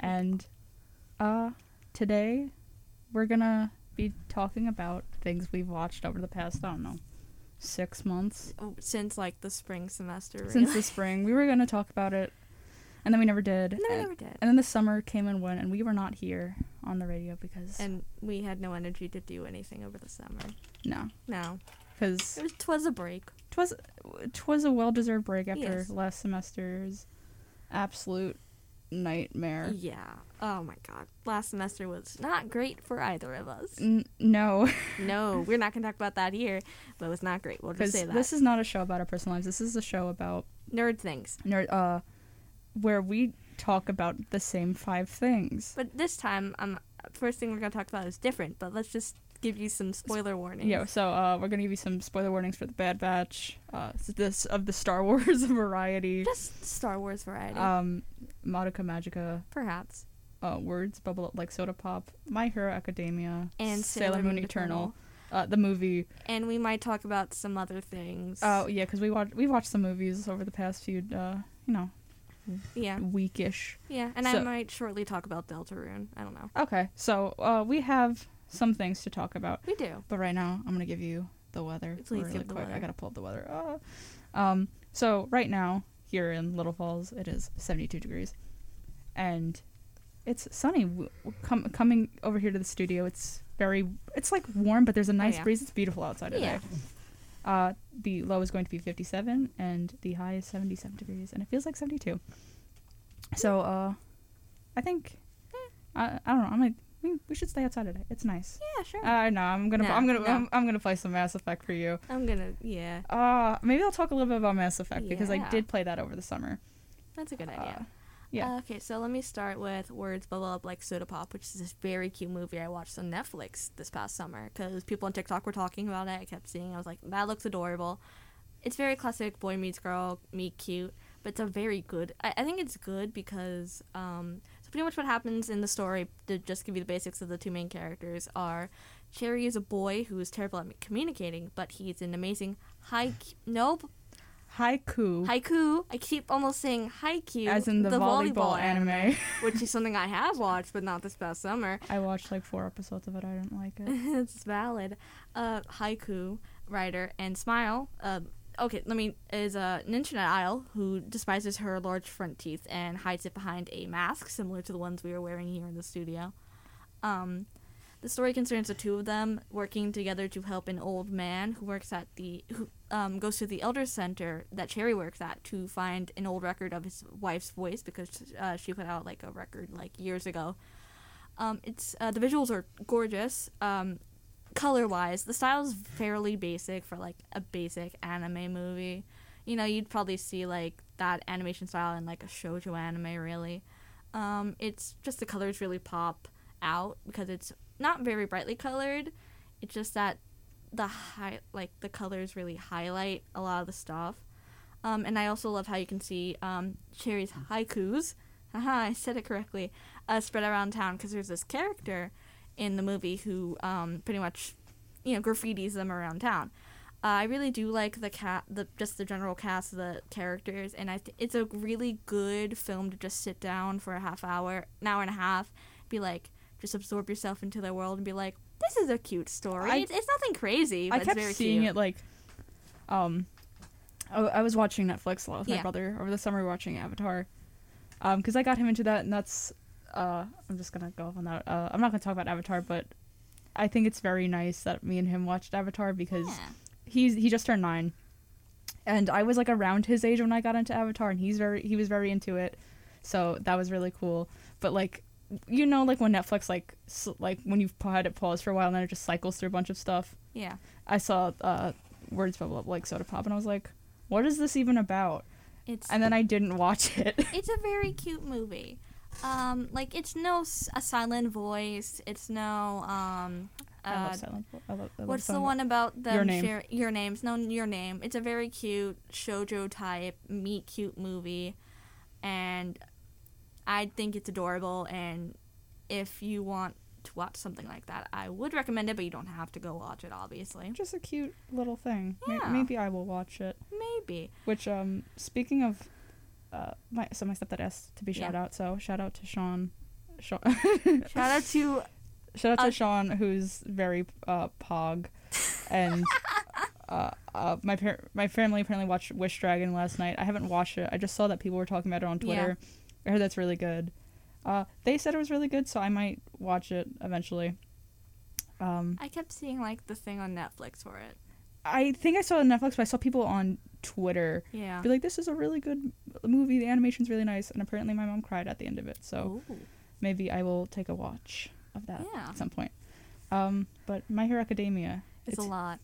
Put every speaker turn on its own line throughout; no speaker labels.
And uh, today we're going to be talking about things we've watched over the past, I don't know, six months
Oh, since like the spring semester. Really.
since the spring. We were going to talk about it, and then we never did.
no, we
and,
never did.
and then the summer came and went, and we were not here on the radio because.
And we had no energy to do anything over the summer.
no.
No,
Because
it was twas a break.
twas twas a well deserved break after
Yes.
last semester's absolute nightmare.
Yeah. Oh my god. Last semester was not great for either of us.
N- no,
no, we're not gonna talk about that here. But it was not great. We'll
because
just say that.
this is not a show about our personal lives. This is a show about
Nerd things.
nerd, uh, where we talk about the same five things.
But this time, um, first thing we're gonna talk about is different. But let's just give you some spoiler warnings.
Yeah, so uh, we're gonna give you some spoiler warnings for the Bad Batch, uh, s- this of the Star Wars variety,
Just Star Wars variety,
um, Madoka Magica,
perhaps.
uh, words bubble up like soda pop, My Hero Academia,
And Sailor, Moon, Eternal.
uh, the movie.
And we might talk about some other things.
Oh yeah, because we watched we watched some movies over the past few, uh, you know,
yeah.
weekish.
Yeah, and I
So-
might shortly talk about Deltarune. I don't know.
Okay, so uh, we have some things to talk about,
We do.
but right now I'm gonna give you the weather
Please
really
give the
quick. I
weather.
gotta pull up the weather. Ah. Um, so right now here in Little Falls, it is 72 degrees, and it's sunny. W- w- Com- coming over here to the studio, it's very it's like warm, but there's a nice
Oh, yeah.
breeze. It's beautiful outside today.
Yeah.
Uh, the low is going to be 57, and the high is 77 degrees, and it feels like 72. So, uh, I think
Hmm.
I, I don't know. I'm like we, we should stay outside today. It's nice.
Yeah, sure.
I know. I'm gonna
No,
I'm gonna
no.
I'm, I'm gonna play some Mass Effect for you.
I'm gonna. Yeah,
Uh, maybe I'll talk a little bit about Mass Effect because I
Yeah.
did play that over the summer.
that's a good
Uh,
idea.
yeah.
Uh, okay, so let me start with Words Bubble Up Like Soda Pop, which is this very cute movie I watched on Netflix this past summer because people on TikTok were talking about it. I kept seeing. it. I was like, that looks adorable. It's very classic boy meets girl, meet cute, but it's a very good. I, I think it's good because um, so pretty much what happens in the story to just give you the basics of the two main characters are Cherry is a boy who is terrible at communicating, but he's an amazing high. Nope,
Haiku,
Haiku. I keep almost saying haiku.
as in the, volleyball, anime.
which is something I have watched, but not this past summer.
I watched like four episodes of it. I didn't like it.
it's valid. Uh, haiku writer and Smile. Uh, okay, let me is uh, an internet idol who despises her large front teeth and hides it behind a mask similar to the ones we are wearing here in the studio. Um, the story concerns the two of them working together to help an old man who works at the who um, goes to the elder center that Cherry works at to find an old record of his wife's voice because uh, she put out like a record like years ago. Um, it's uh, the visuals are gorgeous. Um, color wise, the style is fairly basic for like a basic anime movie. You know, you'd probably see like that animation style in like a shoujo anime, really. Um, it's just the colors really pop out because it's not very brightly colored. It's just that the high like the colors really highlight a lot of the stuff. Um, and I also love how you can see um, Cherry's haikus. Haha, I said it correctly. Uh, spread around town because there's this character in the movie who um, pretty much, you know, graffitis them around town. Uh, I really do like the cat, the just the general cast of the characters, and I th- it's a really good film to just sit down for a half hour, an hour and a half, be like, just absorb yourself into their world and be like, this is a cute story.
I-
it's, it's nothing crazy. But
I kept
it's very
seeing
cute.
it like, um, I, I was watching Netflix a lot with my
Yeah.
brother over the summer watching Avatar, um, because I got him into that, and that's, uh, I'm just gonna go off on that. Uh, I'm not gonna talk about Avatar, but I think it's very nice that me and him watched Avatar because
Yeah.
he's he just turned nine, and I was like around his age when I got into Avatar, and he's very he was very into it, so that was really cool. But like. You know, like when Netflix, like, s like when you've had it paused for a while and then it just cycles through a bunch of stuff.
Yeah.
I saw uh, words bubble up like soda pop, and I was like, "What is this even about?"
It's
And then I didn't watch it.
it's a very cute movie. Um, like it's no s- a silent voice. It's no um.
I
Uh,
love Silent. Vo- I love, I love
what's the
Silent
one about the
Your Name.
your name's no your name. It's a very cute shojo type meet cute movie, and I think it's adorable. And if you want to watch something like that, I would recommend it. But you don't have to go watch it, obviously.
Vo- Just a cute little thing. May-
Yeah.
Maybe I will watch it.
Maybe
Which, um, speaking of, uh, my so my stepdad asked to be shout out. So shout out to Sean, Sean,
Shout out to
shout out to
Uh,
Sean who's very uh, pog, and uh, uh, my par- my family apparently watched Wish Dragon last night. I haven't watched it. I just saw that people were talking about it on
Yeah.
Twitter. I heard that's really good. Uh, they said it was really good, so I might watch it eventually. Um,
I kept seeing like the thing on Netflix for it.
I think I saw it on Netflix, but I saw people on Twitter
Yeah.
be like, "This is a really good movie. The animation's really nice." And apparently, my mom cried at the end of it. So
Ooh.
maybe I will take a watch of that
Yeah.
at some point. Um, but My Hero Academia,
It's,
it's-
a lot.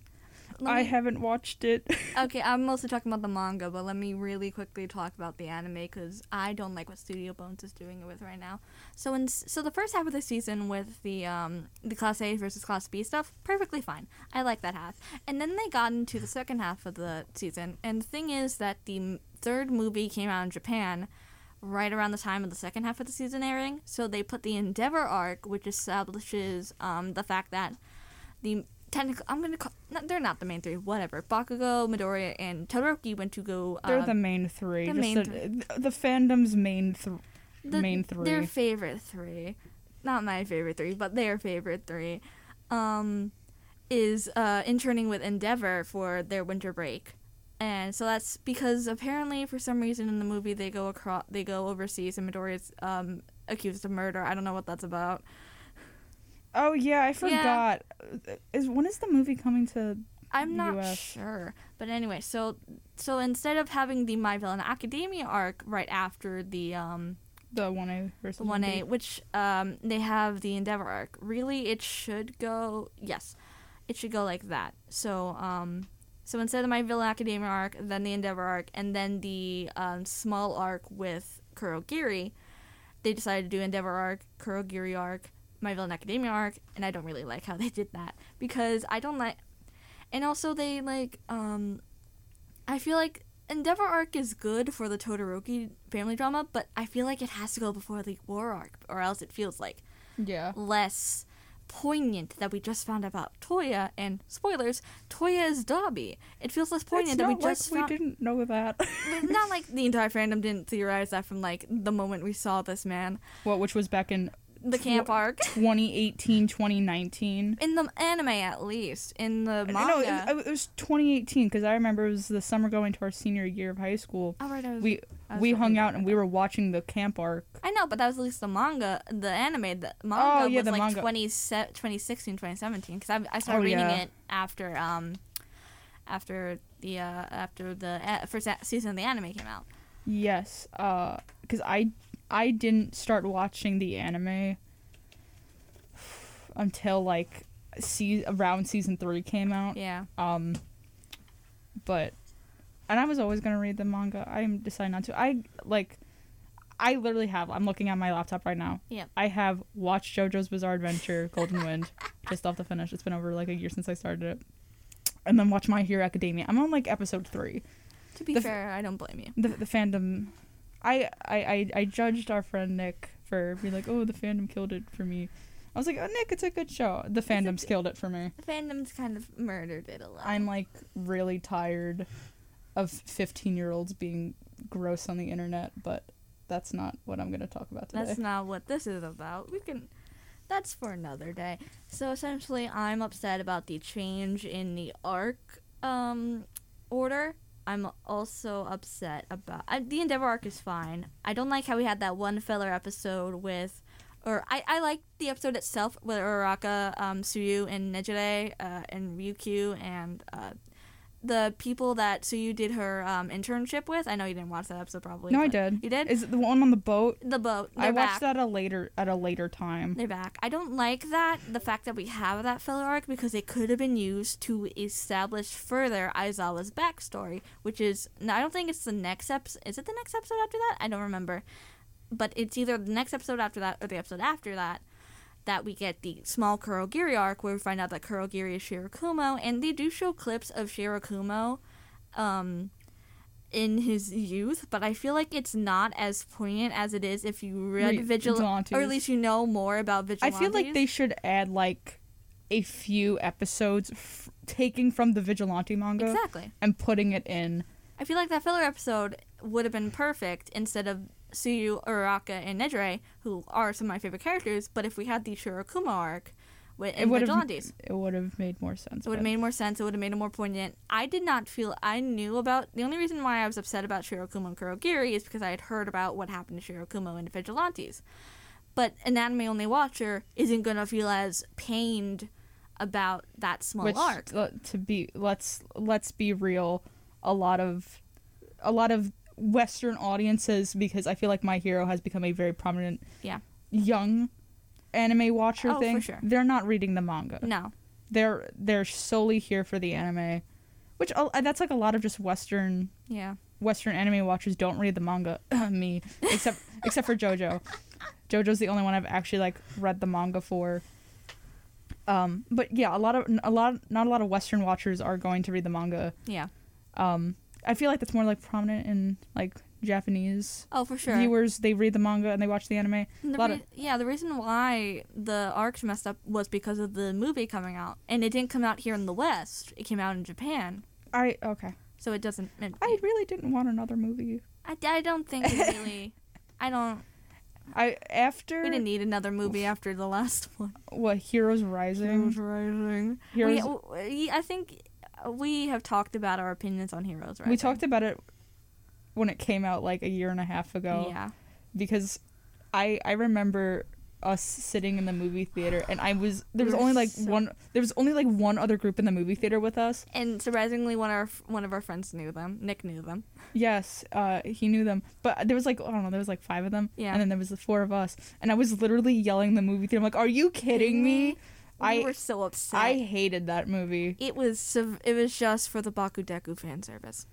Let
I
me-
haven't watched it.
okay, I'm mostly talking about the manga, but let me really quickly talk about the anime because I don't like what Studio Bones is doing it with right now. So in so the first half of the season with the um the class A versus class B stuff, perfectly fine. I like that half. And then they got into the second half of the season, and the thing is that the m- third movie came out in Japan right around the time of the second half of the season airing. So they put the Endeavor arc, which establishes um the fact that the technical I'm gonna call not, they're not the main three whatever Bakugo Midoriya and Todoroki went to go uh,
They're the main three.
the
just
main
the, the fandom's main th-
the-
main three.
their favorite three not my favorite three but their favorite three um is uh interning with Endeavor for their winter break and so that's because apparently for some reason in the movie they go across they go overseas and Midoriya's um accused of murder I don't know what that's about
oh yeah, I forgot. Is when is the movie coming to?
I'm not
US.
sure. But anyway, so so instead of having the My Villain Academia arc right after the um
The one A versus
the one A,
1B?
which um they have the Endeavor arc. Really, it should go yes, it should go like that. So um so instead of My Villain Academia arc, then the Endeavor arc, and then the um, small arc with Kurogiri, they decided to do Endeavor arc, Kurogiri arc, My Villain Academia arc, and I don't really like how they did that because I don't like and also they like um I feel like Endeavor arc is good for the Todoroki family drama, but I feel like it has to go before the war arc or else it feels like
Yeah.
less poignant that we just found out about Toya and spoilers, Toya is Dobby. It feels less
it's
poignant that
not
we
like
just
we
found
didn't know that.
not like the entire fandom didn't theorize that from like the moment we saw this man.
well, which was back in
The camp arc.
2018, 2019.
In the anime at least. In the manga.
No, it, it was 2018 because I remember it was the summer going to our senior year of high school.
oh, right, I was-
We
I was
we
right,
hung
I
out and we were watching the camp arc.
I know, but that was at least the manga, the anime. The manga
Oh, yeah,
was
the
like
manga.
20, se- 2016, 2017, because I, I started
Oh,
reading
yeah.
it after um, after the uh, after the uh, first a- season of the anime came out.
Yes, because I I didn't start watching the anime until like see around season three came out.
Yeah,
Um, but and I was always gonna read the manga. I am deciding not to. I like. I literally have. I'm looking at my laptop right now.
Yep.
I have watched JoJo's Bizarre Adventure: Golden Wind, just off the finish. It's been over like a year since I started it, and then watch My Hero Academia. I'm on like episode three.
to be
The f-
fair, I don't blame you.
The the fandom, I I I, I judged our friend Nick for being like, oh, the fandom killed it for me. I was like, oh, Nick, it's a good show. The fandom's killed it for me.
The fandom's kind of murdered it a little.
I'm like really tired of 15 year olds being gross on the internet, but that's not what I'm going to talk about today.
That's not what this is about. We can. That's for another day. So essentially, I'm upset about the change in the arc um, order. I'm also upset about I, the Endeavor arc is fine. I don't like how we had that one filler episode with, or I, I like the episode itself with Uraraka, um, Suyu, and Nejire, uh, and Ryukyu, and uh, the people that Suyu did her um, internship with. I know you didn't watch that episode probably.
no, I
but-
did.
You did
Is it the one on the boat?
the boat.
I
They're
watched
back.
that a later at a later time.
They're back. I don't like that the fact that we have that filler arc because it could have been used to establish further Aizawa's backstory, which is no, I don't think it's the next episode. Is it the next episode after that? I don't remember, but it's either the next episode after that or the episode after that that we get the small Kurogiri arc where we find out that Kurogiri is Shirakumo, and they do show clips of Shirakumo um, in his youth, but I feel like it's not as poignant as it is if you read
Re-
Vigilante, or at
Vigilantes.
least you know more about
I
Vigilante.
feel like they should add like a few episodes f- taking from the Vigilante manga
exactly.
and putting it in.
I feel like that filler episode would have been perfect instead of Suyu, Uraraka, and Nedre, who are some of my favorite characters, but if we had the Shirokuma arc with
It
and
would have
Vigilantes,
it would have made more sense.
it would have
but-
made more sense. It would have made it more poignant. I did not feel I knew about the only reason why I was upset about Shirokuma and Kurogiri is because I had heard about what happened to Shirokuma and the Vigilantes. But an anime only watcher isn't gonna feel as pained about that small
which
arc.
uh, to be let's let's be real, a lot of a lot of Western audiences because I feel like My Hero has become a very prominent
Yeah.
young anime watcher
Oh, for
thing.
sure.
They're not reading the manga.
No.
They're they're solely here for the anime, which uh, that's like a lot of just Western
Yeah.
Western anime watchers don't read the manga. Me, except except for JoJo. JoJo's the only one I've actually like read the manga for. Um, but yeah, a lot of a lot not a lot of Western watchers are going to read the manga.
Yeah.
Um, I feel like that's more like prominent in like Japanese
Oh, for sure.
viewers. They read the manga and they watch the anime.
And The
lot
rea- yeah, the reason why the arcs messed up was because of the movie coming out, and it didn't come out here in the West. It came out in Japan,
I okay.
so it doesn't. It,
I really didn't want another movie.
I, I don't think it really. I don't.
I after
We didn't e- need another movie after the last one.
what Heroes Rising.
Rising.
Heroes.
We, I think we have talked about our opinions on Heroes Rising.
we talked about it when it came out like a year and a half ago.
Yeah.
because I I remember us sitting in the movie theater and I was there was
We're
only like
so-
one there was only like one other group in the movie theater with us.
And surprisingly, one of our f- one of our friends knew them. Nick knew them.
Yes, uh he knew them. But there was like I don't know, there was like five of them.
Yeah.
And then there was the four of us. And I was literally yelling in the movie theater, I'm like, Are you kidding me?
We
I-
were so upset.
I hated that movie.
it was sev- it was just for the Bakudeku fan service.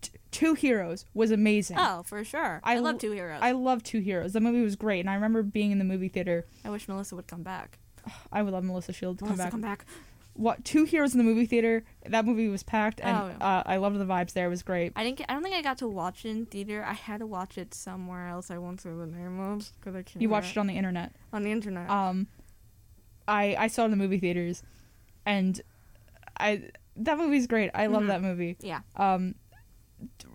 T- Two Heroes was amazing.
Oh, for sure.
I
I, love
l-
Two Heroes.
I
I,
love Two Heroes. The movie was great and I remember being in the movie theater.
wish Melissa would come back.
I would love Melissa Shield to come
Melissa,
back.
come back.
What Two Heroes in the movie theater. That movie was packed and
Oh, yeah.
uh, I loved the vibes there. It was great.
I didn't. Get, I don't think I got to watch it in theater. I had to watch it somewhere else. I won't say the name of because I can't.
You watched it on the internet.
on the internet.
Um, I I saw it in the movie theaters, and I that movie's great. I love
Mhm.
that movie.
yeah.
Um,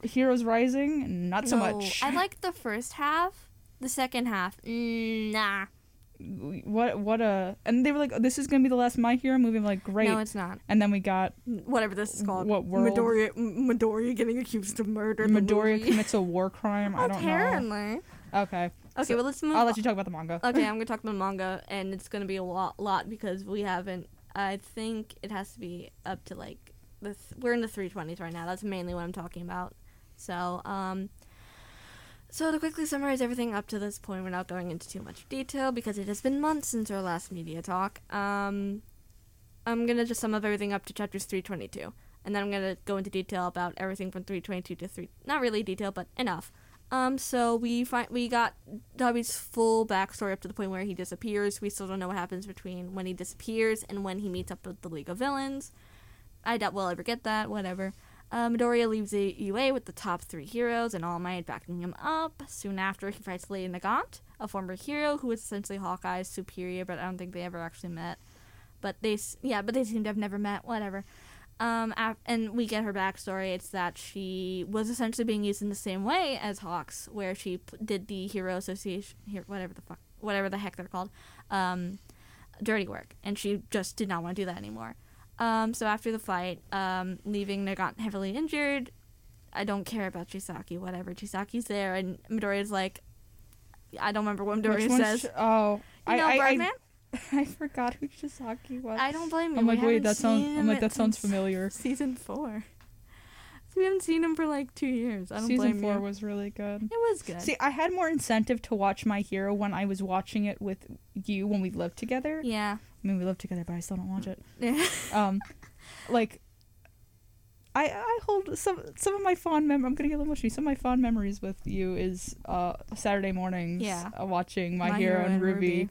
Heroes Rising, not so
No,
much.
I like the first half. The second half, mm, nah.
what what a and they were like, "Oh, this is gonna be the last My Hero movie. I'm like, great.
No, it's not.
and then we got
Whatever this is called.
What world?
Midoriya, M- Midoriya getting accused of murder. in the
Midoriya
movie.
commits a war crime. I don't know.
Apparently.
Okay,
Okay,
So,
well let's move.
I'll let you talk about the manga.
okay, I'm gonna talk about manga, and it's gonna be a lot, lot because we haven't. I think it has to be up to like the. Th- we're in the 320s right now. That's mainly what I'm talking about. So, um, so to quickly summarize everything up to this point, we're not going into too much detail because it has been months since our last media talk. Um, I'm gonna just sum up everything up to chapters 322, and then I'm gonna go into detail about everything from 322 to three. Not really detail, but enough. Um, so we find we got Dobby's full backstory up to the point where he disappears. We still don't know what happens between when he disappears and when he meets up with the League of Villains. I doubt we'll ever get that. Whatever. Uh, Midoriya leaves the UA with the top three heroes and All Might backing him up. Soon after, he fights Lady Nagant, a former hero who is essentially Hawkeye's superior, but I don't think they ever actually met. But they, s- yeah, but they seem to have never met. Whatever. Um, af- and we get her backstory. It's that she was essentially being used in the same way as Hawks, where she p- did the hero association, here, whatever the fuck, whatever the heck they're called, um, dirty work, and she just did not want to do that anymore. Um, so after the fight, um, leaving Nagant heavily injured, I don't care about Chisaki. Whatever, Chisaki's there, and Midoriya's like, I don't remember what
Which
Midoriya
one's-
says.
oh,
You
I,
know,
I,
Birdman.
I, I forgot who Chisaki was.
I, don't blame you.
I'm
We
like, wait,
haven't
that sounds.
seen
I'm like,
it
that sounds
since-
familiar.
season four. So we haven't seen him for like two years. I don't
Season
blame
four
you.
was really good.
it was good.
See, I had more incentive to watch My Hero when I was watching it with you when we lived together.
yeah.
I mean, we lived together, but I still don't watch it.
Yeah.
Um, like, I I hold some some of my fond mem. I'm gonna get a little mushy. Some of my fond memories with you is uh Saturday mornings.
Yeah.
Uh, watching My, Hero, and Ruby.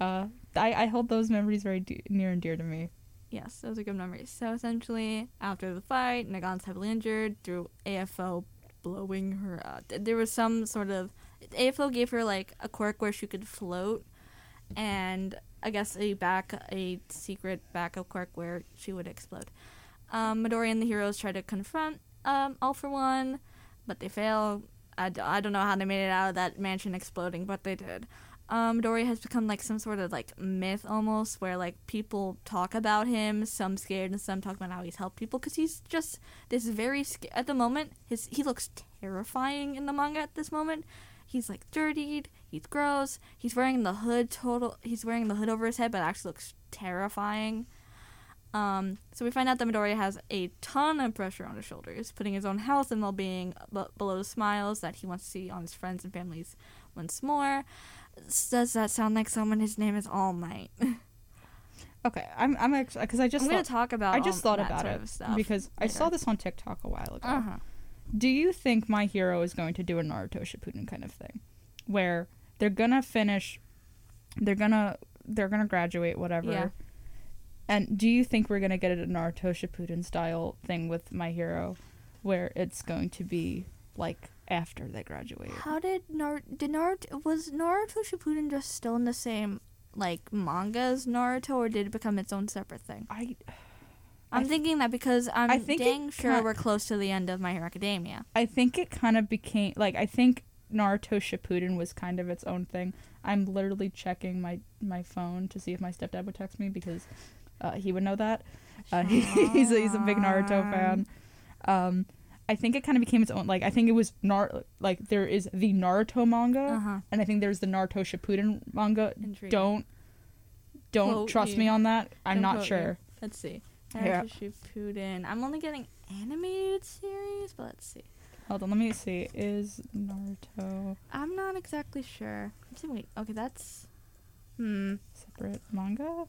Uh, I I hold those memories very de- near and dear to me.
Yes, those are good memories. So essentially, after the fight, Nagant's heavily injured through AFO blowing her up. There was some sort of AFO gave her like a quirk where she could float, and I guess a back a secret backup quirk where she would explode. Um, Midori and the heroes try to confront um, All for One, but they fail. I, d- I don't know how they made it out of that mansion exploding, but they did. Um, Dory has become like some sort of like myth almost, where like people talk about him, some scared and some talk about how he's helped people because he's just this very sca- at the moment. His he looks terrifying in the manga at this moment. He's like dirtied, he's gross, he's wearing the hood total. He's wearing the hood over his head, but actually looks terrifying. Um, so we find out that Midoriya has a ton of pressure on his shoulders, putting his own health and well-being b- below smiles that he wants to see on his friends and families once more. S- Does that sound like someone whose name is All Might?
Okay, I'm I'm actually because I just
I'm going
thought,
to talk about.
I just
all
thought
that
about
sort
it
of stuff
because I saw
later.
this on TikTok a while ago.
Uh-huh.
Do you think My Hero is going to do a Naruto Shippuden kind of thing, where they're gonna finish, they're gonna they're gonna graduate whatever,
Yeah.
and do you think we're gonna get a Naruto Shippuden style thing with My Hero, where it's going to be like after they graduate?
How did Naruto? Did Naruto was Naruto Shippuden just still in the same like manga as Naruto, or did it become its own separate thing?
I I
I'm
th-
thinking that because I'm
I think it
dang sure
kin-
we're close to the end of My Hero Academia.
I think it kind of became like I think Naruto Shippuden was kind of its own thing. I'm literally checking my my phone to see if my stepdad would text me because uh, he would know that. Uh, he's a, he's a big
Oh,
Naruto fan. Um, I think it kind of became its own. Like I think it was Nar like there is the Naruto manga,
Uh huh.
and I think there's the Naruto Shippuden manga.
Intriguing.
Don't don't
Quote
trust me
you.
on that. I'm
Don't
not
quote you.
sure.
Let's see.
Yeah.
Naruto Shippuden. I'm only getting animated series, but let's see.
Hold on, let me see. Is Naruto
I'm not exactly sure. Let's see. Wait. Okay, that's. Hmm.
separate manga?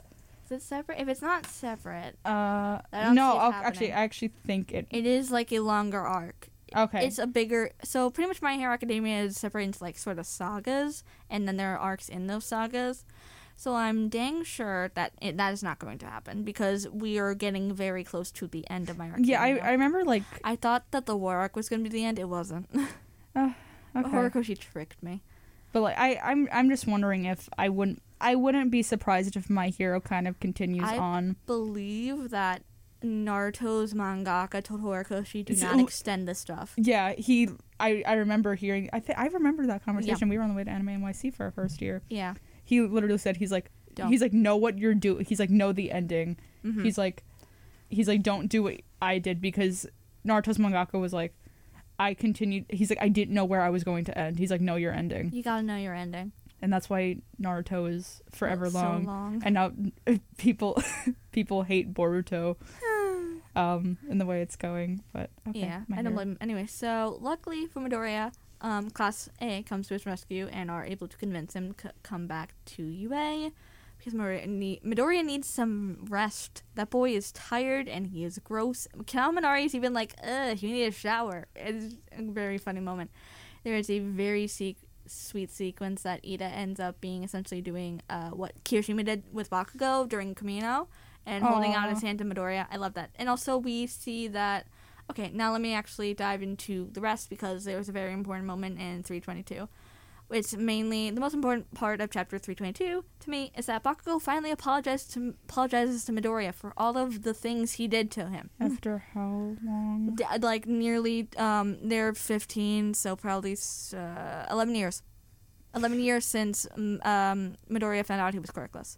Is it separate? If it's not separate,
Uh,
I don't
no,
see it
I'll- actually,
happening.
I actually think it.
it is like a longer arc.
okay,
It's a bigger. So pretty much, My Hero Academia is separated into like sort of sagas, and then there are arcs in those sagas. So I'm dang sure that it, that is not going to happen because we are getting very close to the end of My Hero.
yeah, I,
Academia.
I remember like
I thought that the war arc was going to be the end. It wasn't.
okay.
Horikoshi tricked me.
but like I, I'm, I'm just wondering if I wouldn't, I wouldn't be surprised if my hero kind of continues
I-
on.
Believe that Naruto's mangaka told Horikoshi do
It's-
not extend this stuff.
Yeah, he, I, I remember hearing. I think I remember that conversation. We were on the way to Anime NYC for our first year.
Yeah.
He literally said, he's like,
Don't.
he's like, know what you're doing. He's like, know the ending.
Mhm.
He's like, he's like, don't do what I did because Naruto's mangaka was like, I continued. He's like, I didn't know where I was going to end. He's like, know your ending.
you gotta know your ending.
and that's why Naruto is forever
so
long.
long.
And now people people hate Boruto um in the way it's going, but okay.
yeah,
my
I don't
hero.
blame him. Anyway, so luckily for Midoriya, um, Class A comes to his rescue and are able to convince him to c- come back to UA because Midoriya, need- Midoriya needs some rest. That boy is tired and he is gross. Kaminari is even like, ugh, you need a shower. It's a very funny moment. There is a very se- sweet sequence that Ida ends up being essentially doing uh, what Kirishima did with Bakugo during Kamino and holding out
Aw.
his hand to Midoriya. I love that. And also, we see that. Okay, now let me actually dive into the rest because there was a very important moment in 322. It's mainly the most important part of chapter 322 to me is that Bakugo finally apologized to, apologizes to Midoriya for all of the things he did to him.
After how long?
D- like nearly um they're 15 so probably uh, 11 years 11 years since um, um midoriya found out he was quirkless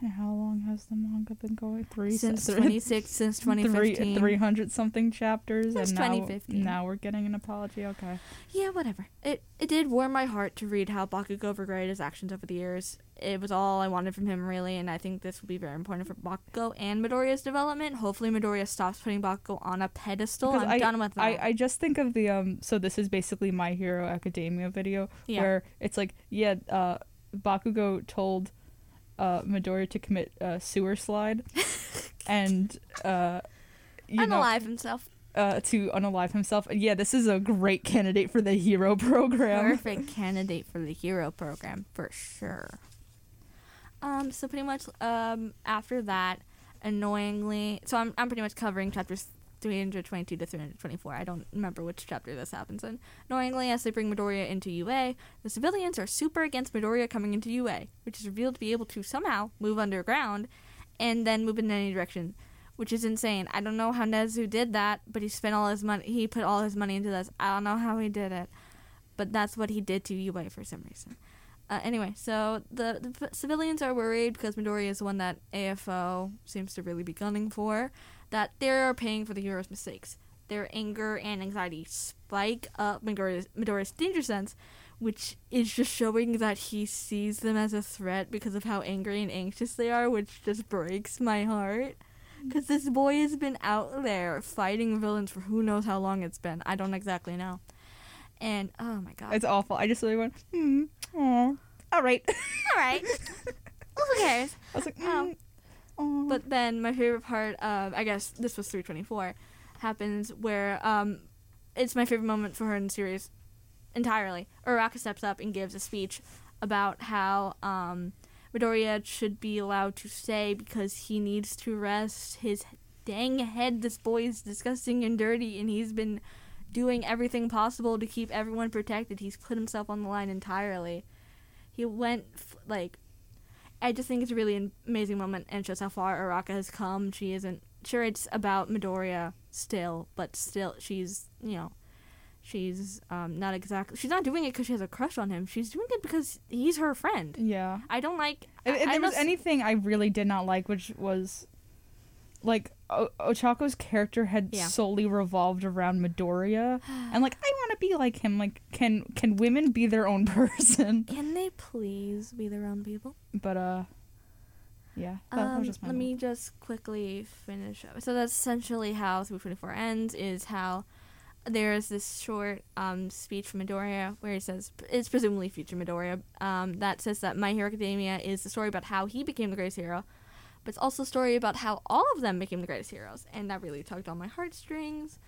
And how long has the manga been going? Three
since
three-
26 since
three
2015
three hundred something chapters,
Since
and now
2015.
now we're getting an apology. Okay,
yeah whatever it it did warm my heart to read how bakugo regretted his actions over the years it was all i wanted from him really and i think this will be very important for bakugo and midoriya's development hopefully midoriya stops putting bakugo on a pedestal
Because
i'm
I-
done with that
I I just think of the um. So this is basically my Hero Academia video
yeah
where it's like, yeah, uh, Bakugo told uh, Midoriya to commit uh, sewer slide, and uh, you know,
unalive himself
uh, to unalive himself. And yeah, this is a great candidate for the hero program.
Perfect candidate for the hero program for sure. Um, so pretty much um, after that, annoyingly, so I'm, I'm pretty much covering chapters 322 to 324. I don't remember which chapter this happens in. Annoyingly, as they bring Midoriya into UA, the civilians are super against Midoriya coming into UA, which is revealed to be able to somehow move underground and then move in any direction. which is insane. I don't know how Nezu did that, but he spent all his money. He put all his money into this. I don't know how he did it, but that's what he did to Yue for some reason. Uh, anyway, so the, the p- civilians are worried because Midori is the one that AFO seems to really be gunning for, that they are paying for the hero's mistakes. Their anger and anxiety spike up Midori's, Midori's danger sense, which is just showing that he sees them as a threat because of how angry and anxious they are, which just breaks my heart. Because this boy has been out there fighting villains for who knows how long it's been. I don't exactly know. And oh my god.
It's awful. I just really went, hmm, aw, all right. I
all right. who cares?
was like,
Oh.
mm, aw.
But then my favorite part, uh, I guess this was 324, happens where um, it's my favorite moment for her in the series entirely. Uraka steps up and gives a speech about how um, Midoriya should be allowed to stay because he needs to rest his dang head. This boy is disgusting and dirty, and he's been doing everything possible to keep everyone protected. He's put himself on the line entirely. He went f- like I just think it's a really an- amazing moment and shows how far Araka has come. She isn't sure it's about Midoriya still, but still she's you know she's um, not exactly she's not doing it because she has a crush on him. She's doing it because he's her friend.
yeah.
I don't like
If,
I-
if
I
there was
must-
anything I really did not like, which was like o- Ochako's character had
Yeah.
solely revolved around Midoriya, and like I want to be like him. Like, can can women be their own person?
Can they please be their own people?
But uh, yeah, that, that
Um,
was just my.
let
moment.
me just quickly finish up. So that's essentially how 324 ends. Is how there is this short um, speech from Midoriya where he says it's presumably future Midoriya um, that says that My Hero Academia is the story about how he became the greatest hero, but it's also a story about how all of them became the greatest heroes, and that really tugged on my heartstrings.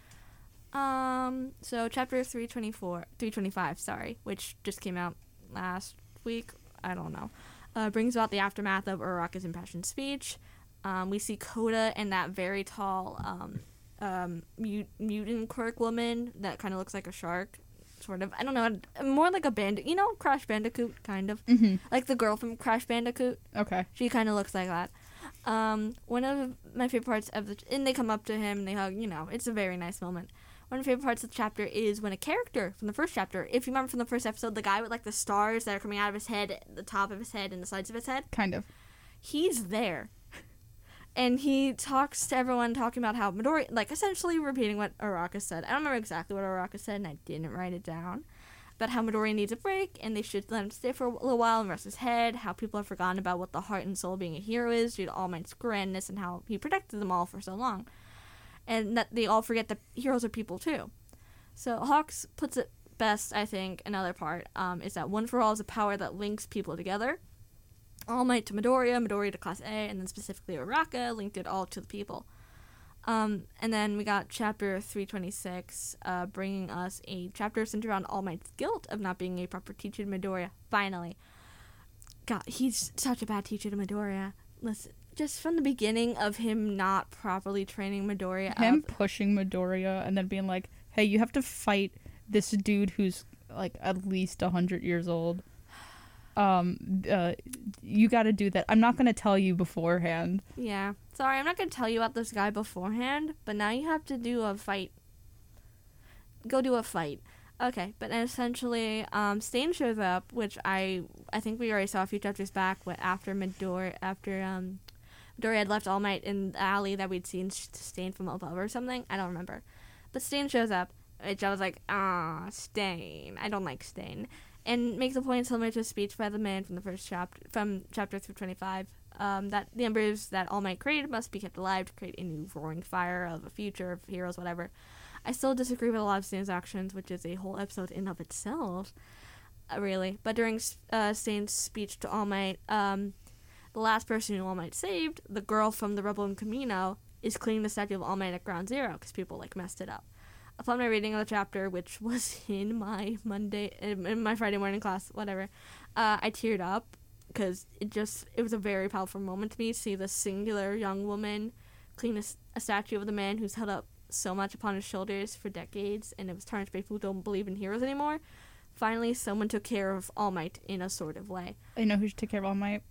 Um, so chapter 324, 325, sorry, which just came out last week. I don't know. Uh, brings about the aftermath of Uraraka's impassioned speech. Um, we see Coda and that very tall um, um, mu- mutant clerk woman that kind of looks like a shark, sort of. I don't know, more like a bandit. You know, Crash Bandicoot, kind of.
Mhm.
Like the girl from Crash Bandicoot.
Okay.
She kind of looks like that. Um, one of my favorite parts of the and they come up to him and they hug. You know, it's a very nice moment. One of my favorite parts of the chapter is when a character from the first chapter, if you remember from the first episode, the guy with like the stars that are coming out of his head, the top of his head, and the sides of his head,
Kind of.
he's there. And he talks to everyone, talking about how Midori, like essentially repeating what Araka said. I don't remember exactly what Araka said, and I didn't write it down. But how Midori needs a break, and they should let him stay for a little while and rest his head. How people have forgotten about what the heart and soul of being a hero is due to All Might's grandness, and how he protected them all for so long. And that they all forget that heroes are people too. So Hawks puts it best, I think. Another part um, is that one for all is a power that links people together. All Might to Midoriya, Midoriya to Class A, and then specifically Uraka linked it all to the people. Um, and then we got chapter 326, uh, bringing us a chapter centered around All Might's guilt of not being a proper teacher to Midoriya, finally. God, he's such a bad teacher to Midoriya. Listen, just from the beginning of him not properly training Midoriya
Him
up.
pushing Midoriya and then being like, "Hey, you have to fight this dude who's like at least hundred years old. Um, uh, you got to do that. I'm not gonna tell you beforehand."
Yeah. Sorry, I'm not going to tell you about this guy beforehand, but now you have to do a fight. Go do a fight. Okay, but essentially, um, Stain shows up, which I I think we already saw a few chapters back. What after Midori after um, Midori had left All Might in the alley that we'd seen S- Stain from above or something. I don't remember, but Stain shows up, which I was like, ah, Stain. I don't like Stain, and makes a point similar to a speech by the man from the first chapter from chapter through twenty five um, that the embers that All Might created must be kept alive to create a new roaring fire of a future of heroes, whatever. I still disagree with a lot of Stain's actions, which is a whole episode in of itself, uh, really. But during uh, Stain's speech to All Might, um, the last person who All Might saved, the girl from the Rebel in Camino, is cleaning the statue of All Might at Ground Zero because people like messed it up. Upon my reading of the chapter, which was in my Monday, in in my Friday morning class, whatever, uh, I teared up because it just it was a very powerful moment to me to see this singular young woman clean a, s- a statue of the man who's held up so much upon his shoulders for decades and it was tarnished by people who don't believe in heroes anymore finally someone took care of all might in a sort of way
I know who should take care of All Might.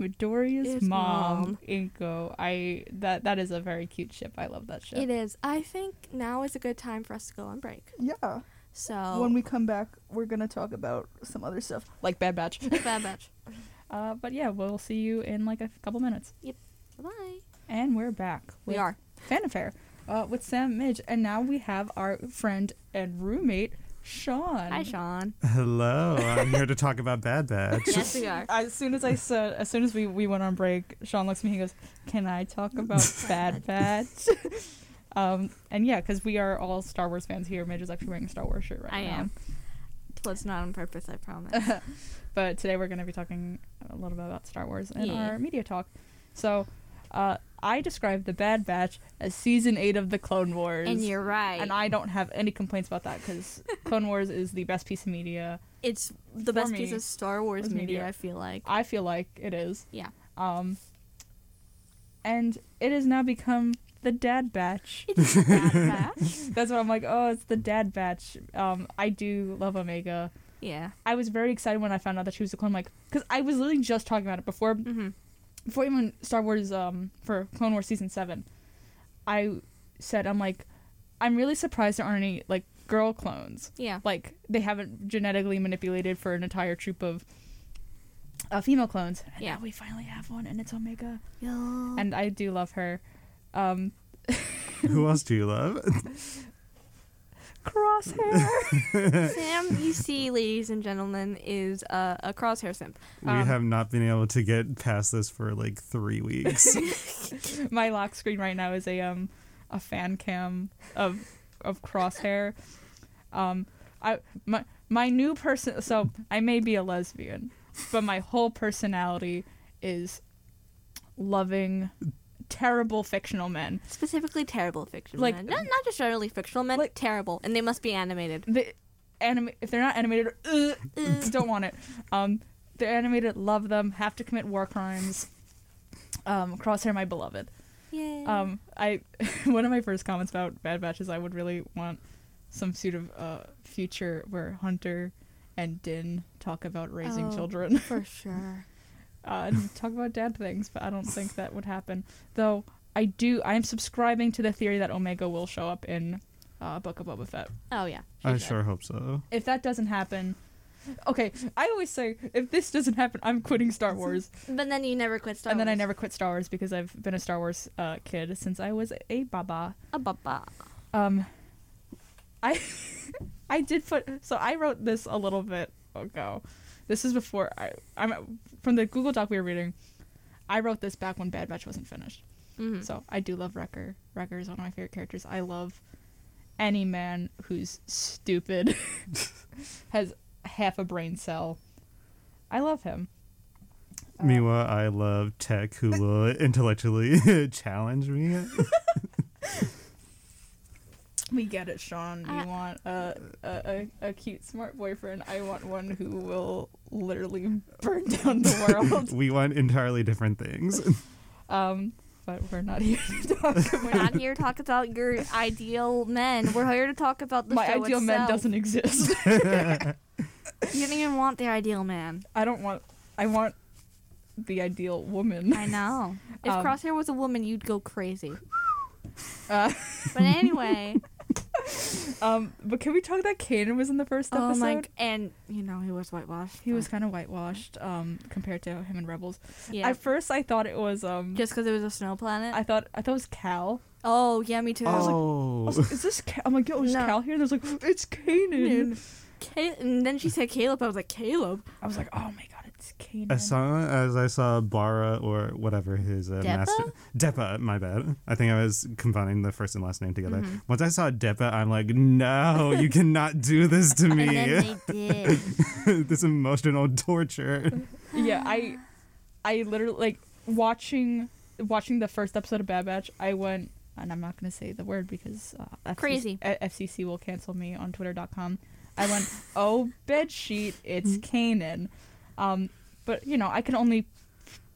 Midoriya's
His
mom,
mom.
Inko. I that that is a very cute ship. I love that ship.
It is. I think now is a good time for us to go on break.
Yeah.
So
When we come back, we're gonna talk about some other stuff.
Like Bad Batch.
Bad Batch.
uh, but yeah, we'll see you in like a couple minutes.
Bye.
And we're back.
We
with
are.
Fanfare uh, with Sam Midge, and now we have our friend and roommate Sean.
Hi, Sean.
Hello, I'm here to talk about Bad Batch.
yes, we are.
As soon as I said, as soon as we, we went on break, Sean looks at me. He goes, "Can I talk about Bad Batch?" um, and yeah, because we are all Star Wars fans here. Midge is actually wearing a Star Wars shirt right
I
now.
am. Well, it's not on purpose, I promise.
but today we're going to be talking a little bit about Star Wars in
Yeah.
our media talk. So, uh, I described the Bad Batch as season eight of the Clone Wars,
and you're right.
and I don't have any complaints about that because Clone Wars is the best piece of media.
it's the best
For
piece
me,
of Star Wars
was
media,
media.
I feel like.
I feel like it is.
Yeah.
Um, and it has now become the Dad Batch.
It's Bad Batch.
That's what I'm like. Oh, it's the Dad Batch. Um, I do love Omega.
Yeah.
I was very excited when I found out that she was a clone. Like, because I was literally just talking about it before
Mm-hmm.
before even Star Wars um for Clone Wars season seven, I said I'm like, I'm really surprised there aren't any like girl clones.
Yeah.
Like they haven't genetically manipulated for an entire troop of uh, female clones. And
Yeah. Oh.
now we finally have one, and it's Omega.
And
And I do love her. Um,
Who else do you love?
crosshair.
Sam, you see, ladies and gentlemen, is uh, a crosshair simp.
We
Um,
have not been able to get past this for like three weeks.
My lock screen right now is a um a fan cam of of crosshair. Um, I my my new person. So I may be a lesbian, but my whole personality is loving terrible fictional men.
Specifically, terrible fictional
Like-
men. Not, not just generally fictional men,
Like-
terrible. And they must be animated.
The anime if they're not animated, ugh, ugh, don't want it. Um, they're animated. Love them. Have to commit war crimes. Um, crosshair, my beloved.
Yay.
Um, I one of my first comments about Bad Batch is I would really want some sort of uh, future where Hunter and Din talk about raising
Oh.
children,
For sure.
uh, and talk about dad things, but I don't think that would happen. Though I do, I am subscribing to the theory that Omega will show up in uh, Book of Boba Fett.
Oh, yeah.
I
She's
sure hope so.
If that doesn't happen, okay, I always say if this doesn't happen, I'm quitting Star Wars,
But then you never quit Star
and then I
Wars.
never quit Star Wars because I've been a Star Wars uh, kid since I was a baba.
A baba.
Um, I I did put so I wrote this a little bit ago. This is before I I'm from the Google Doc we were reading. I wrote this back when Bad Batch wasn't finished.
Mhm.
So I do love Wrecker. Wrecker is one of my favorite characters. I love any man who's stupid, has half a brain cell. I love him. Uh,
Meanwhile, I love tech who will intellectually challenge me.
We get it, Sean. You
I-
want a, a, a, a cute, smart boyfriend. I want one who will literally burn down the world.
we want entirely different things.
um, but we're not here to talk
We're
about
not here to talk about your ideal men. We're here to talk about the
my
show
ideal man
itself.
doesn't exist.
You don't even want the ideal man.
I don't want. I want the ideal woman.
I know. If
Um,
Crosshair was a woman, you'd go crazy.
Uh,
But anyway,
um, but can we talk that Kanan was in the first
oh
episode?
my, g- and you know he was whitewashed.
He was
but-
kind of whitewashed um, compared to him and Rebels.
yeah,
At first, I thought it was um,
just because it was a snow planet.
I thought I thought it was Cal.
oh yeah, me too.
I
Oh,
was like, is this? Ca-? I'm like, yo, is
No.
Cal here? And I was like, it's Kanan.
Ca- and then she said Caleb. I was like Caleb.
I was like, oh my god, it's Kanan.
as soon as I saw Bara or whatever his uh,
Depa?
master Depa, my bad. I think I was combining the first and last name together.
Mm-hmm.
Once I saw Depa, I'm like, no, you cannot do this to
And
me.
then they did.
this emotional torture.
yeah, I, I literally like watching watching the first episode of Bad Batch. I went, and I'm not gonna say the word because uh, FCC,
Crazy.
uh, FCC will cancel me on Twitter.com. I went, oh bedsheet, it's
Mm-hmm.
Kanan. Um, but you know, I can only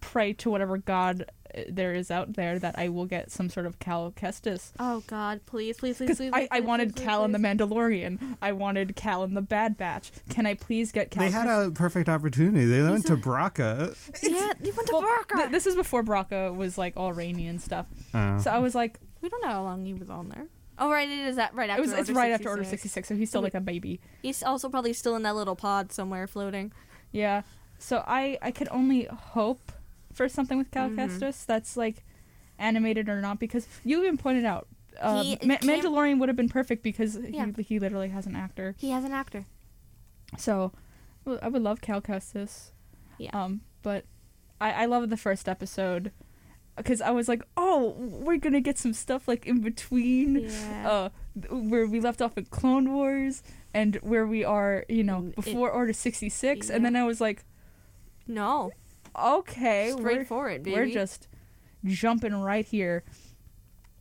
pray to whatever god uh, there is out there that I will get some sort of Cal Kestis.
Oh God, please, please, please,
Because
please.
I, I
please,
wanted
please,
Cal in
please.
the Mandalorian. I wanted Cal in the Bad Batch. Can I please get Cal?
They had
Kestis?
a perfect opportunity. They went to Braca.
Yeah, you went to
Well,
Barker.
Th- this is before Braca was like all rainy and stuff.
Oh.
So I was like,
we don't know how long he was on there. Oh right, it is that right
it
after.
was it's
Order Mm-hmm.
right after Order
66.
sixty six, so he's still like a baby.
He's also probably still in that little pod somewhere floating.
Yeah. So I I could only hope for something with Cal
Mhm.
Kestis that's like animated or not because you even pointed out uh,
He
Ma-
can't-
Mandalorian would have been perfect because
Yeah.
he he literally has an actor.
He has an actor.
So well, I would love Cal Kestis.
Yeah.
Um, but I I love the first episode because I was like, oh, we're gonna get some stuff like in between.
Yeah.
uh, th- where we left off in Clone Wars and where we are, you know,
Mm, it-
before Order 66. And
Yeah.
then I was like,
no,
okay, we're,
straightforward, baby.
we're just jumping right here.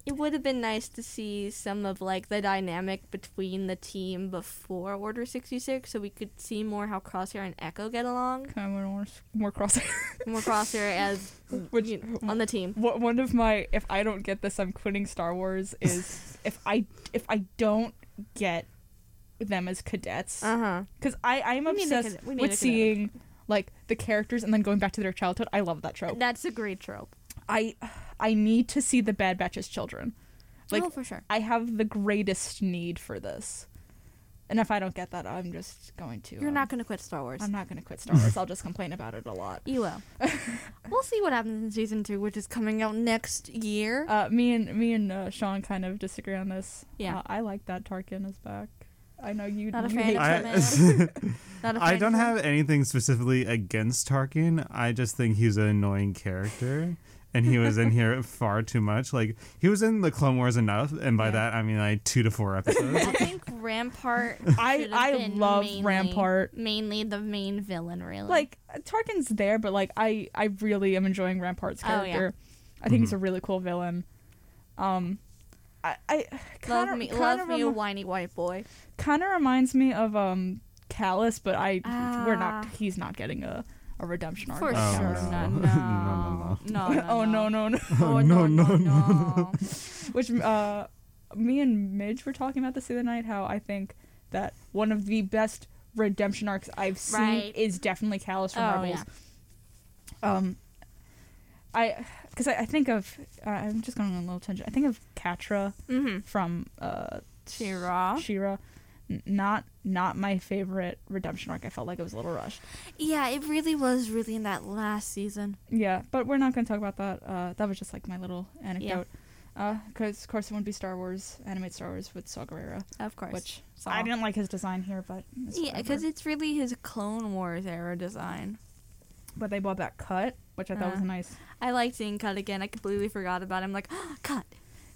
It would have been nice to see some of like the dynamic between the team before Order 66 so we could see more how Crosshair and Echo get along.
Kind of more, more crosshair.
More Crosshair as
Which-
you know, on the team.
Wha- One of my, if I don't get this, I'm quitting Star Wars. Is if I if I don't get them as cadets,
huh.
because I I am
Uh, We need a
obsessed
cadet- we need a
with
cadet.
seeing like the characters and then going back to their childhood. I love that trope.
That's a great trope.
I I need to see the Bad Batch as children. Like,
oh, for sure.
I have the greatest need for this. And if I don't get that, I'm just going to.
You're
um,
not going to quit Star Wars.
I'm not going to quit Star Wars. I'll just complain about it a lot.
You will. we'll see what happens in season two, which is coming out next year.
Uh, me and me and uh, Sean kind of disagree on this.
Yeah.
Uh, I like that Tarkin is back. I know you.
Not a
you
fan
hate
of
him.
Tarkin.
I,
Not a
I
fan
don't
of him.
have anything specifically against Tarkin. I just think he's an annoying character. And he was in here far too much. Like he was in the Clone Wars enough, and by
Yeah.
that I mean like two to four episodes.
I think Rampart.
I-
should have
I
been
love
mainly-
Rampart.
Mainly the main villain, really.
Like Tarkin's there, but like I, I really am enjoying Rampart's
Oh, yeah.
character. I think he's a really cool villain. Um, I, I
love
kind
me,
of
love me, a whiny white boy.
kind of reminds me of um Callus, but I we're not
Ah.
he's not getting a, a redemption arc.
For
like
Oh,
sure,
Callus.
no.
no,
No,
no, no, no,
oh no no no.
Oh,
No,
no, Oh, no,
no, no,
no.
Which uh, me and Midge were talking about this the other night. How I think that one of the best redemption arcs I've seen
Right.
is definitely Callus from
Oh,
Rebels.
yeah.
Um, I because I, I think of uh, I'm just going on a little tangent. I think of Catra
Mm-hmm.
from uh
Shira.
Shira. N- not not my favorite redemption arc. I felt like it was a little rushed.
Yeah, it really was really in that last season.
Yeah, but we're not going to talk about that. Uh, that was just like my little anecdote. Because of course it wouldn't be Star Wars, animate Star Wars with Saw Gerrera,
Of course.
which
Saw.
I didn't like his design here, but it's
yeah, because
whatever.
it's really his Clone Wars era design.
but they bought that cut, which I thought was
Uh.
nice.
I like seeing Cut again. I completely forgot about him. Like, cut.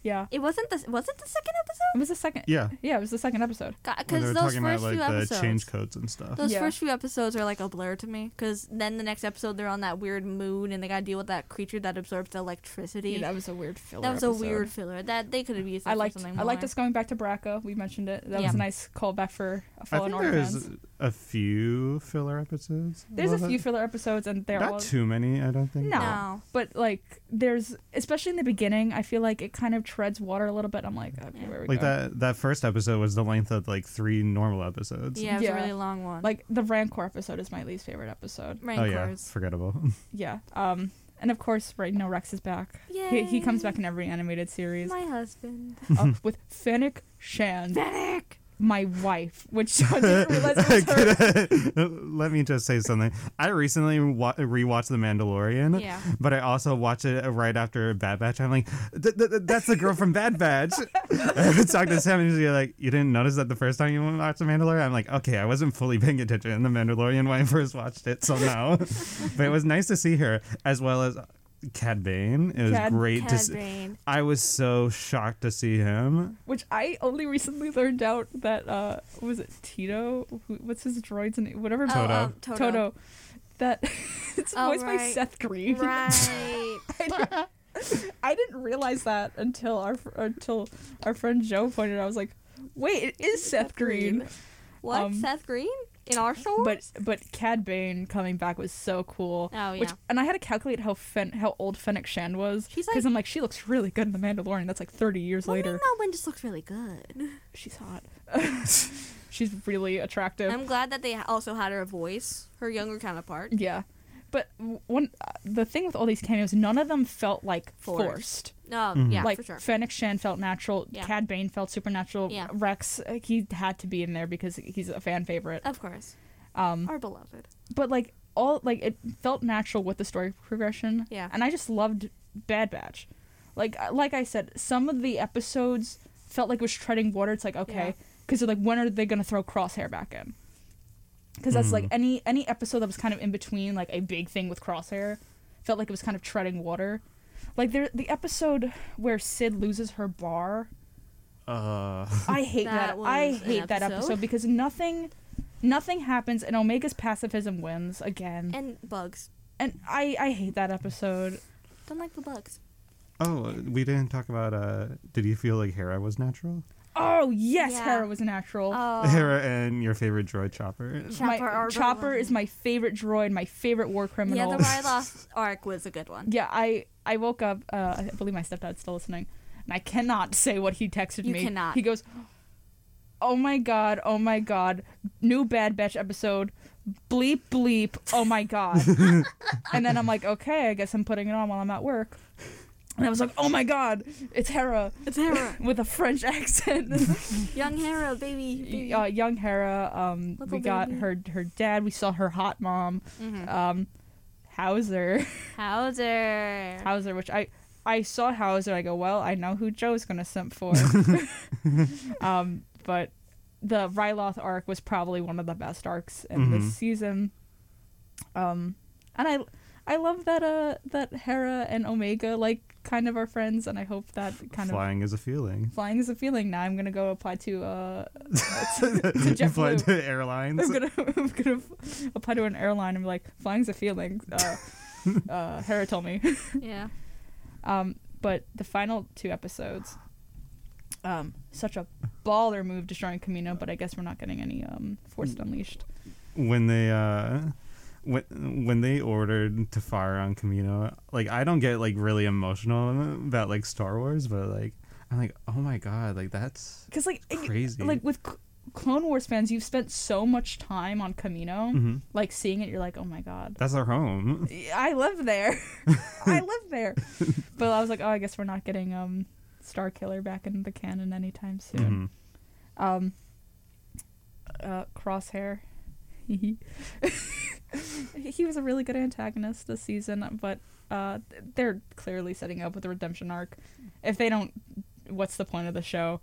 Yeah,
It wasn't the was it the second
it
episode?
was the second.
yeah,
Yeah, it was the second episode.
when they
Because
were
those
talking
first
about like
few
the
episodes.
change codes and stuff.
Those
Yeah.
first few episodes are like a blur to me because then the next episode they're on that weird moon and they gotta deal with that creature that absorbs the electricity.
Yeah, that was a weird filler.
that was
episode.
a weird filler that they could have used. that
I
for
liked.
something
I liked
more.
us going back to Braca. We mentioned it. That
Yeah.
was a nice callback for
I
Fallen
think
Order
there's
fans.
a few filler episodes.
There's a
of
few
it.
filler episodes, and they're all
Not too many, I don't think.
No.
No,
but like there's especially in the beginning i feel like it kind of treads water a little bit i'm like okay
Yeah.
where we
Like
go
that that first episode was the length of like three normal episodes.
yeah, it was
Yeah.
a really long one.
like the rancor episode is my least favorite episode
Oh yeah,
Rancors.
forgettable.
yeah um and of course right now rex is back he, he comes back in every animated
Yay,
series
My husband.
uh, with fennec shan
Fennec.
my wife which Sean didn't realize was her
Let me just say something. I recently wa- rewatched The Mandalorian,
Yeah.
but I also watched it right after Bad Batch. I'm like, "Th- th- th- that's the girl from Bad Batch. I was talking to Sam, and she's like, you didn't notice that the first time you watched The Mandalorian? I'm like, okay, I wasn't fully paying attention in The Mandalorian when I first watched it, so no. but it was nice to see her, as well as Cad Bane. It was
Cad-
great to
Cad
see.
Bane.
I was so shocked to see him.
which i only recently learned out that uh was it tito Who, what's his droid's name whatever
Toto.
Oh, um, Toto.
toto that it's
Oh,
voiced by
right.
seth green
Right.
I didn't realize that until our fr- until our friend Joe pointed. out. I was like, "Wait, it is Seth Green."
What?
Um,
Seth Green? in our store.
But but Cad Bane coming back was so cool.
Oh,
Which,
yeah.
and I had to calculate how Fen- how old Fennec Shand was.
She's
because
like-
I'm like she looks really good in The Mandalorian. That's like 30 years
Wonder
later.
Melbourne just looks really good.
She's hot. She's really attractive.
I'm glad that they also had her voice, her younger counterpart. Um,
yeah. But w- one uh, the thing with all these cameos, none of them felt like
Forced.
forced.
No, yeah,
Mm-hmm. like
for sure.
Fennec Shan felt natural.
Yeah.
Cad Bane felt supernatural.
Yeah.
Rex, uh, he had to be in there because he's a fan favorite.
Of course,
Um,
our beloved.
but like all like it felt natural with the story progression.
Yeah.
And I just loved Bad Batch. Like uh, like I said, some of the episodes felt like it was treading water. It's like
Yeah.
okay, because they're like when are they gonna throw Crosshair back in? Because that's like any any episode that was kind of in between like a big thing with Crosshair felt like it was kind of treading water. Like there the episode where Sid loses her bar.
Uh,
I hate that.
That
I
was an
hate that
episode.
episode because nothing nothing happens and Omega's pacifism wins again.
And bugs.
And I, I hate that episode.
Don't like the bugs.
oh, we didn't talk about. Uh, did you feel like Hera was natural?
Oh yes,
Yeah.
Hera was natural.
Oh,
Hera and your favorite droid chopper.
my,
Chopper, our
Chopper
beloved.
is my favorite droid, my favorite war
yeah,
criminal.
the Ryloth arc was a good one.
Yeah, I I woke up. Uh, I believe my stepdad's still listening, and I cannot say what he texted
You
me.
cannot.
He goes, "Oh my god, oh my god, new Bad Batch episode, bleep bleep, oh my god." and then I'm like, okay, I guess I'm putting it on while I'm at work. And I was like, oh my god, it's Hera
It's Hera,
with a French accent.
young Hera, baby. baby.
uh, young Hera. Um,
Little
we got
baby.
her her dad. We saw her hot mom,
Mm-hmm.
um, Hauser.
Howzer.
Hauser, which I I saw Hauser. I go, well, I know who Joe's gonna simp for. um, but the Ryloth arc was probably one of the best arcs in
Mhm.
this season. Um, and I I love that uh that Hera and Omega like kind of are friends, and I hope that kind of.
Flying is a feeling.
Flying is a feeling. Now I'm gonna go apply to uh
You fly
JetBlue.
to airlines.
I'm gonna, I'm gonna f- apply to an airline and be like, flying's a feeling. Uh, uh, Hera told me.
Yeah.
Um, but the final two episodes, um, such a baller move destroying Camino, but I guess we're not getting any um, Forced Unleashed.
when they uh when when they ordered to fire on Camino, like I don't get like really emotional about like Star Wars, but like I'm like, oh my god, like that's
Because like, it-
crazy.
like with C- Clone Wars fans, you've spent so much time on Camino,
Mhm.
like seeing it, you're like, oh my god.
that's our home.
I live there. I live there. But I was like, oh, I guess we're not getting um, Star Killer back in the canon anytime soon.
Mhm.
um uh crosshair he was a really good antagonist this season but uh they're clearly setting up with the redemption arc if they don't what's the point of the show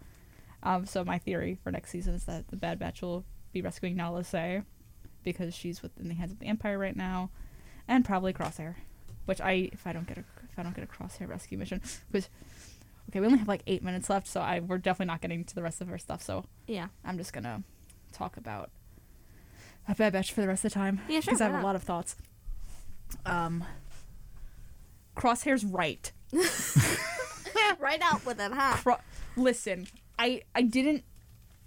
um so my theory for next season is that the bad batch will be rescuing nala say because she's within the hands of the empire right now and probably crosshair which i if i don't get a if i don't get a crosshair rescue mission because okay we only have like eight minutes left so i we're definitely not getting to the rest of her stuff so
Yeah.
I'm just gonna talk about a bad batch for the rest of the time.
Yeah, sure,
Because I
why
have a
not?
lot of thoughts. Um, Crosshair's right.
right out with it, huh?
Cro- Listen, I I didn't.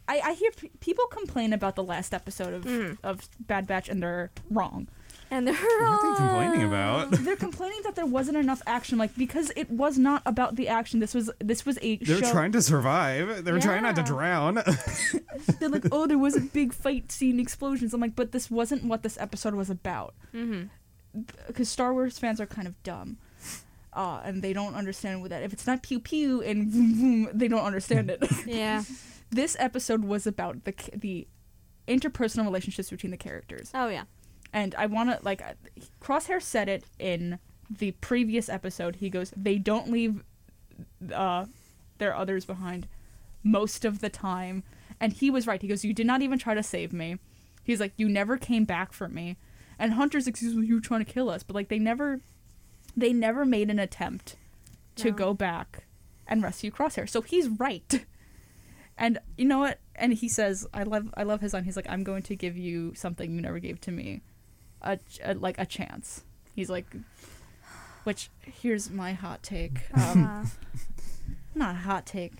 I, I hear p- people complain about the last episode of,
Mm.
of Bad Batch and they're wrong.
And they're
What are they complaining
all-
about?
They're complaining that there wasn't enough action, like because it was not about the action. This was this was a
They were
show.
trying to survive. They were trying not to
Yeah.
drown.
They're like, oh, there was a big fight scene, explosions. I'm like, but this wasn't what this episode was about.
Mm-hmm.
because Star Wars fans are kind of dumb, uh, and they don't understand what that. If it's not pew pew and vroom, vroom, they don't understand it.
Yeah.
this episode was about the ca- the interpersonal relationships between the characters,
Oh yeah.
and I want to like I- Crosshair said it in the previous episode. He goes, "They don't leave uh, their others behind most of the time," and he was right. He goes, "You did not even try to save me." He's like, "You never came back for me," and Hunter's excuse was, "You were trying to kill us," but like they never, they never made an attempt to
No.
go back and rescue Crosshair. So he's right. And you know what? And he says, "I love, I love his line." He's like, "I'm going to give you something you never gave to me, a, ch- a like a chance." He's like, "Which here's my hot take, um,
Uh,
not a hot take.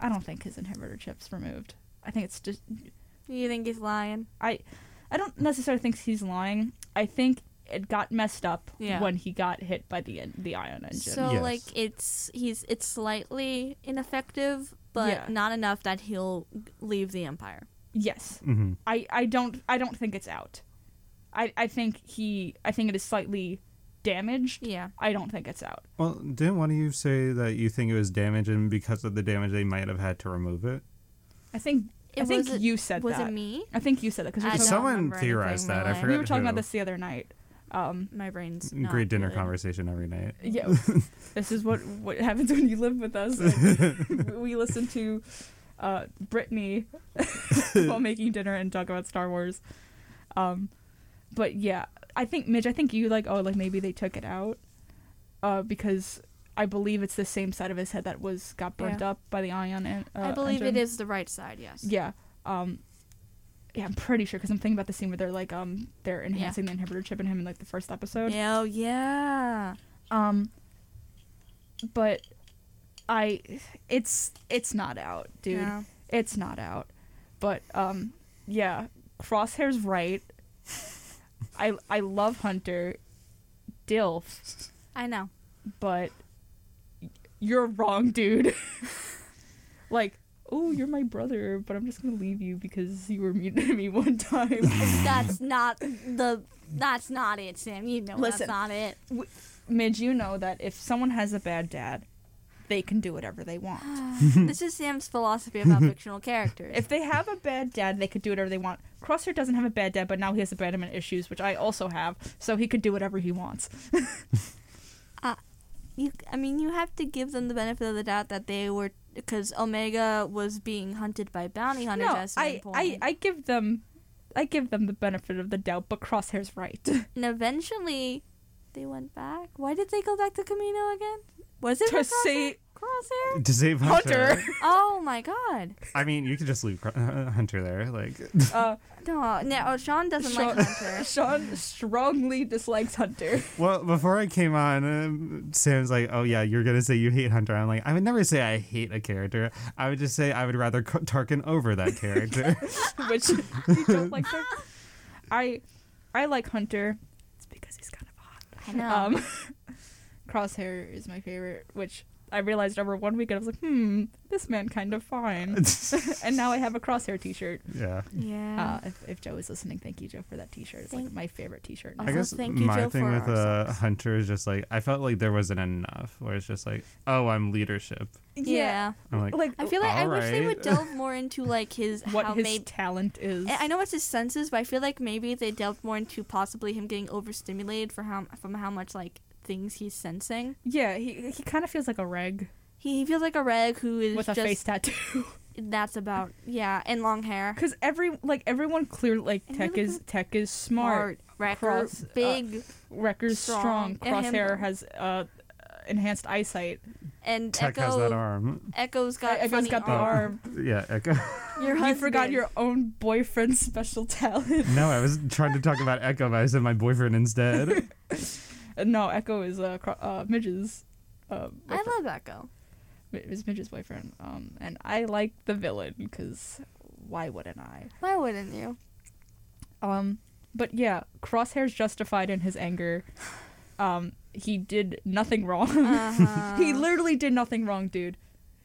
I don't think his inhibitor chip's removed. I think it's just
You think he's lying?
I I don't necessarily think he's lying. I think it got messed up
Yeah.
when he got hit by the en- the ion engine.
So
Yes.
like it's he's it's slightly ineffective, but
Yeah.
not enough that he'll leave the empire.
yes,
hmm
I, I don't I don't think it's out. I, I think he I think it is slightly damaged.
Yeah.
I don't think it's out.
Well, didn't one of you say that you think it was damaged, and because of the damage, they might have had to remove it?
I think I
It
think
wasn't-
you said
was
that.
it me?
I think you said that
I
because
don't
we, were talking-
Someone
remember anything
theorized
in my
that, I
life.
forgot
we were talking
who.
about this the other night. Um,
My brain's not
Great dinner
good.
conversation every night.
yeah, this is what what happens when you live with us. Like, we listen to uh, Brittany while making dinner and talk about Star Wars. Um, but yeah, I think Midge, I think you like oh like maybe they took it out uh, because I believe it's the same side of his head that was got burnt
Yeah.
up by the ion. en- Uh,
I believe
engine.
it is the right side. Yes.
Yeah. Um, yeah, I'm pretty sure because I'm thinking about the scene where they're like um they're enhancing the inhibitor chip in him in like the first episode.
Yeah, oh, yeah.
Um, but I, it's it's not out, dude.
Yeah.
It's not out. But um, yeah, Crosshair's right. I I love Hunter, Dilf,
I know.
but y- you're wrong, dude. like, oh, you're my brother, but I'm just gonna leave you because you were mean to me one time.
That's not the. That's not it, Sam. You know
Listen.
that's not it.
Midge, you know that if someone has a bad dad, they can do whatever they want.
this is Sam's philosophy about fictional characters.
If they have a bad dad, they could do whatever they want. Crosshair doesn't have a bad dad, but now he has abandonment issues, which I also have, so he could do whatever he wants.
you, I mean, you have to give them the benefit of the doubt that they were because Omega was being hunted by bounty hunters
no,
at some
I,
point.
I, I give them, I give them the benefit of the doubt, but Crosshair's right.
and eventually, they went back. Why did they go back to Camino again? Was it
To
with Crosshair?
say-
Crosshair?
To save Hunter.
Hunter.
Oh my God!
I mean, you could just leave Cro- Hunter there. Like,
Uh,
No, no. oh, Sean doesn't
Sean-
like Hunter.
uh, Sean strongly dislikes Hunter.
well, before I came on, um, Sam's like, "Oh yeah, you're gonna say you hate Hunter." I'm like, I would never say I hate a character. I would just say I would rather co- Tarkin over that character.
which you don't like her. I I like Hunter. It's because he's kind of hot.
I know.
Um, Crosshair is my favorite, which I realized over one weekend I was like, hmm, this man kind of fine. and now I have a Crosshair T-shirt.
yeah.
yeah.
Uh, if, if Joe is listening, thank you, Joe, for that T-shirt. It's
Thank-
like my favorite T-shirt.
I
Now.
I
Also,
guess
thank you,
my
Joe,
thing
for
with
our
uh,
socks.
Hunter is just like I felt like there wasn't enough. Where it's just like, oh, I'm leadership.
yeah.
I'm like,
Like
I feel like I wish they would
Alright.
delve more into like his
what
how
his
maybe
talent is.
I I know it's his senses, but I feel like maybe they delved more into possibly him getting overstimulated for how from how much like things he's sensing.
Yeah, he he kind of feels like a reg
He, he feels like a reg who is
with a
just
face tattoo.
that's about yeah, and long hair,
Because every like everyone clear like
And
tech
really
is tech is smart.
record,
cross- uh,
big,
Wrecker's strong.
Strong. And him-
Crosshair has uh, enhanced eyesight.
and
Tech has that
Echo
arm.
Echo's got
Echo's
funny
got the
Oh.
arm.
arm.
Yeah, Echo.
Your
You forgot
husband.
your own boyfriend's special talent.
no, I was trying to talk about Echo, but I said my boyfriend instead.
Uh, no, Echo is uh, Cro- uh Midge's. Uh,
I
boyfriend-
love Echo.
Mi- is Midge's boyfriend. Um, and I like the villain because why wouldn't I?
Why wouldn't you?
Um, but yeah, Crosshair's justified in his anger. Um, he did nothing wrong.
Uh-huh.
He literally did nothing wrong, dude.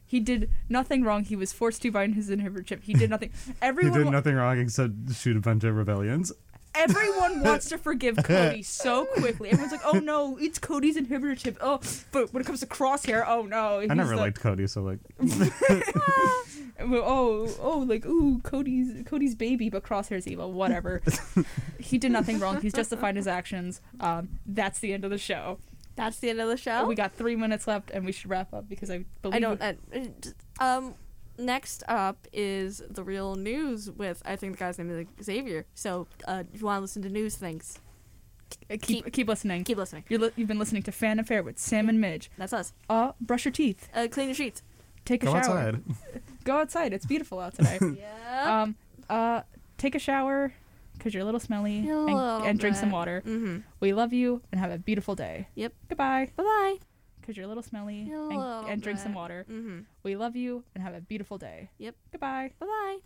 He did nothing wrong. He was forced to bind his inhibitor chip. He did nothing.
he
Everyone,
did
wa-
nothing wrong except shoot a bunch of rebellions.
everyone wants to forgive Cody so quickly. Everyone's like, "Oh no, it's Cody's inhibitor chip." Oh, but when it comes to Crosshair, oh no,
I never liked Cody, so like,
Oh, oh, like ooh, Cody's Cody's baby, but Crosshair's evil. Whatever. he did nothing wrong. He's justified his actions. Um, that's the end of the show.
That's the end of the show.
Oh, We got three minutes left, and we should wrap up because I believe
I don't. Uh, um, next up is the real news with I think the guy's name is Xavier. So uh, if you want to listen to news things,
Uh, keep keep listening.
keep listening.
You're li- you've been listening to Fan Affair with Sam and Midge.
That's us.
Uh, brush your teeth.
Uh, clean your sheets.
Take a
go
shower.
outside.
Go outside. It's beautiful out today.
Yeah.
um, uh, take a shower because you're a little smelly
A
and,
little
and drink some
bit.
water.
mm-hmm.
We love you and have a beautiful day.
Yep.
Goodbye.
Bye bye.
Because you're a little smelly
A
and,
little
and drink some
bit.
water.
Mm-hmm.
We love you and have a beautiful day.
Yep.
Goodbye.
Bye bye.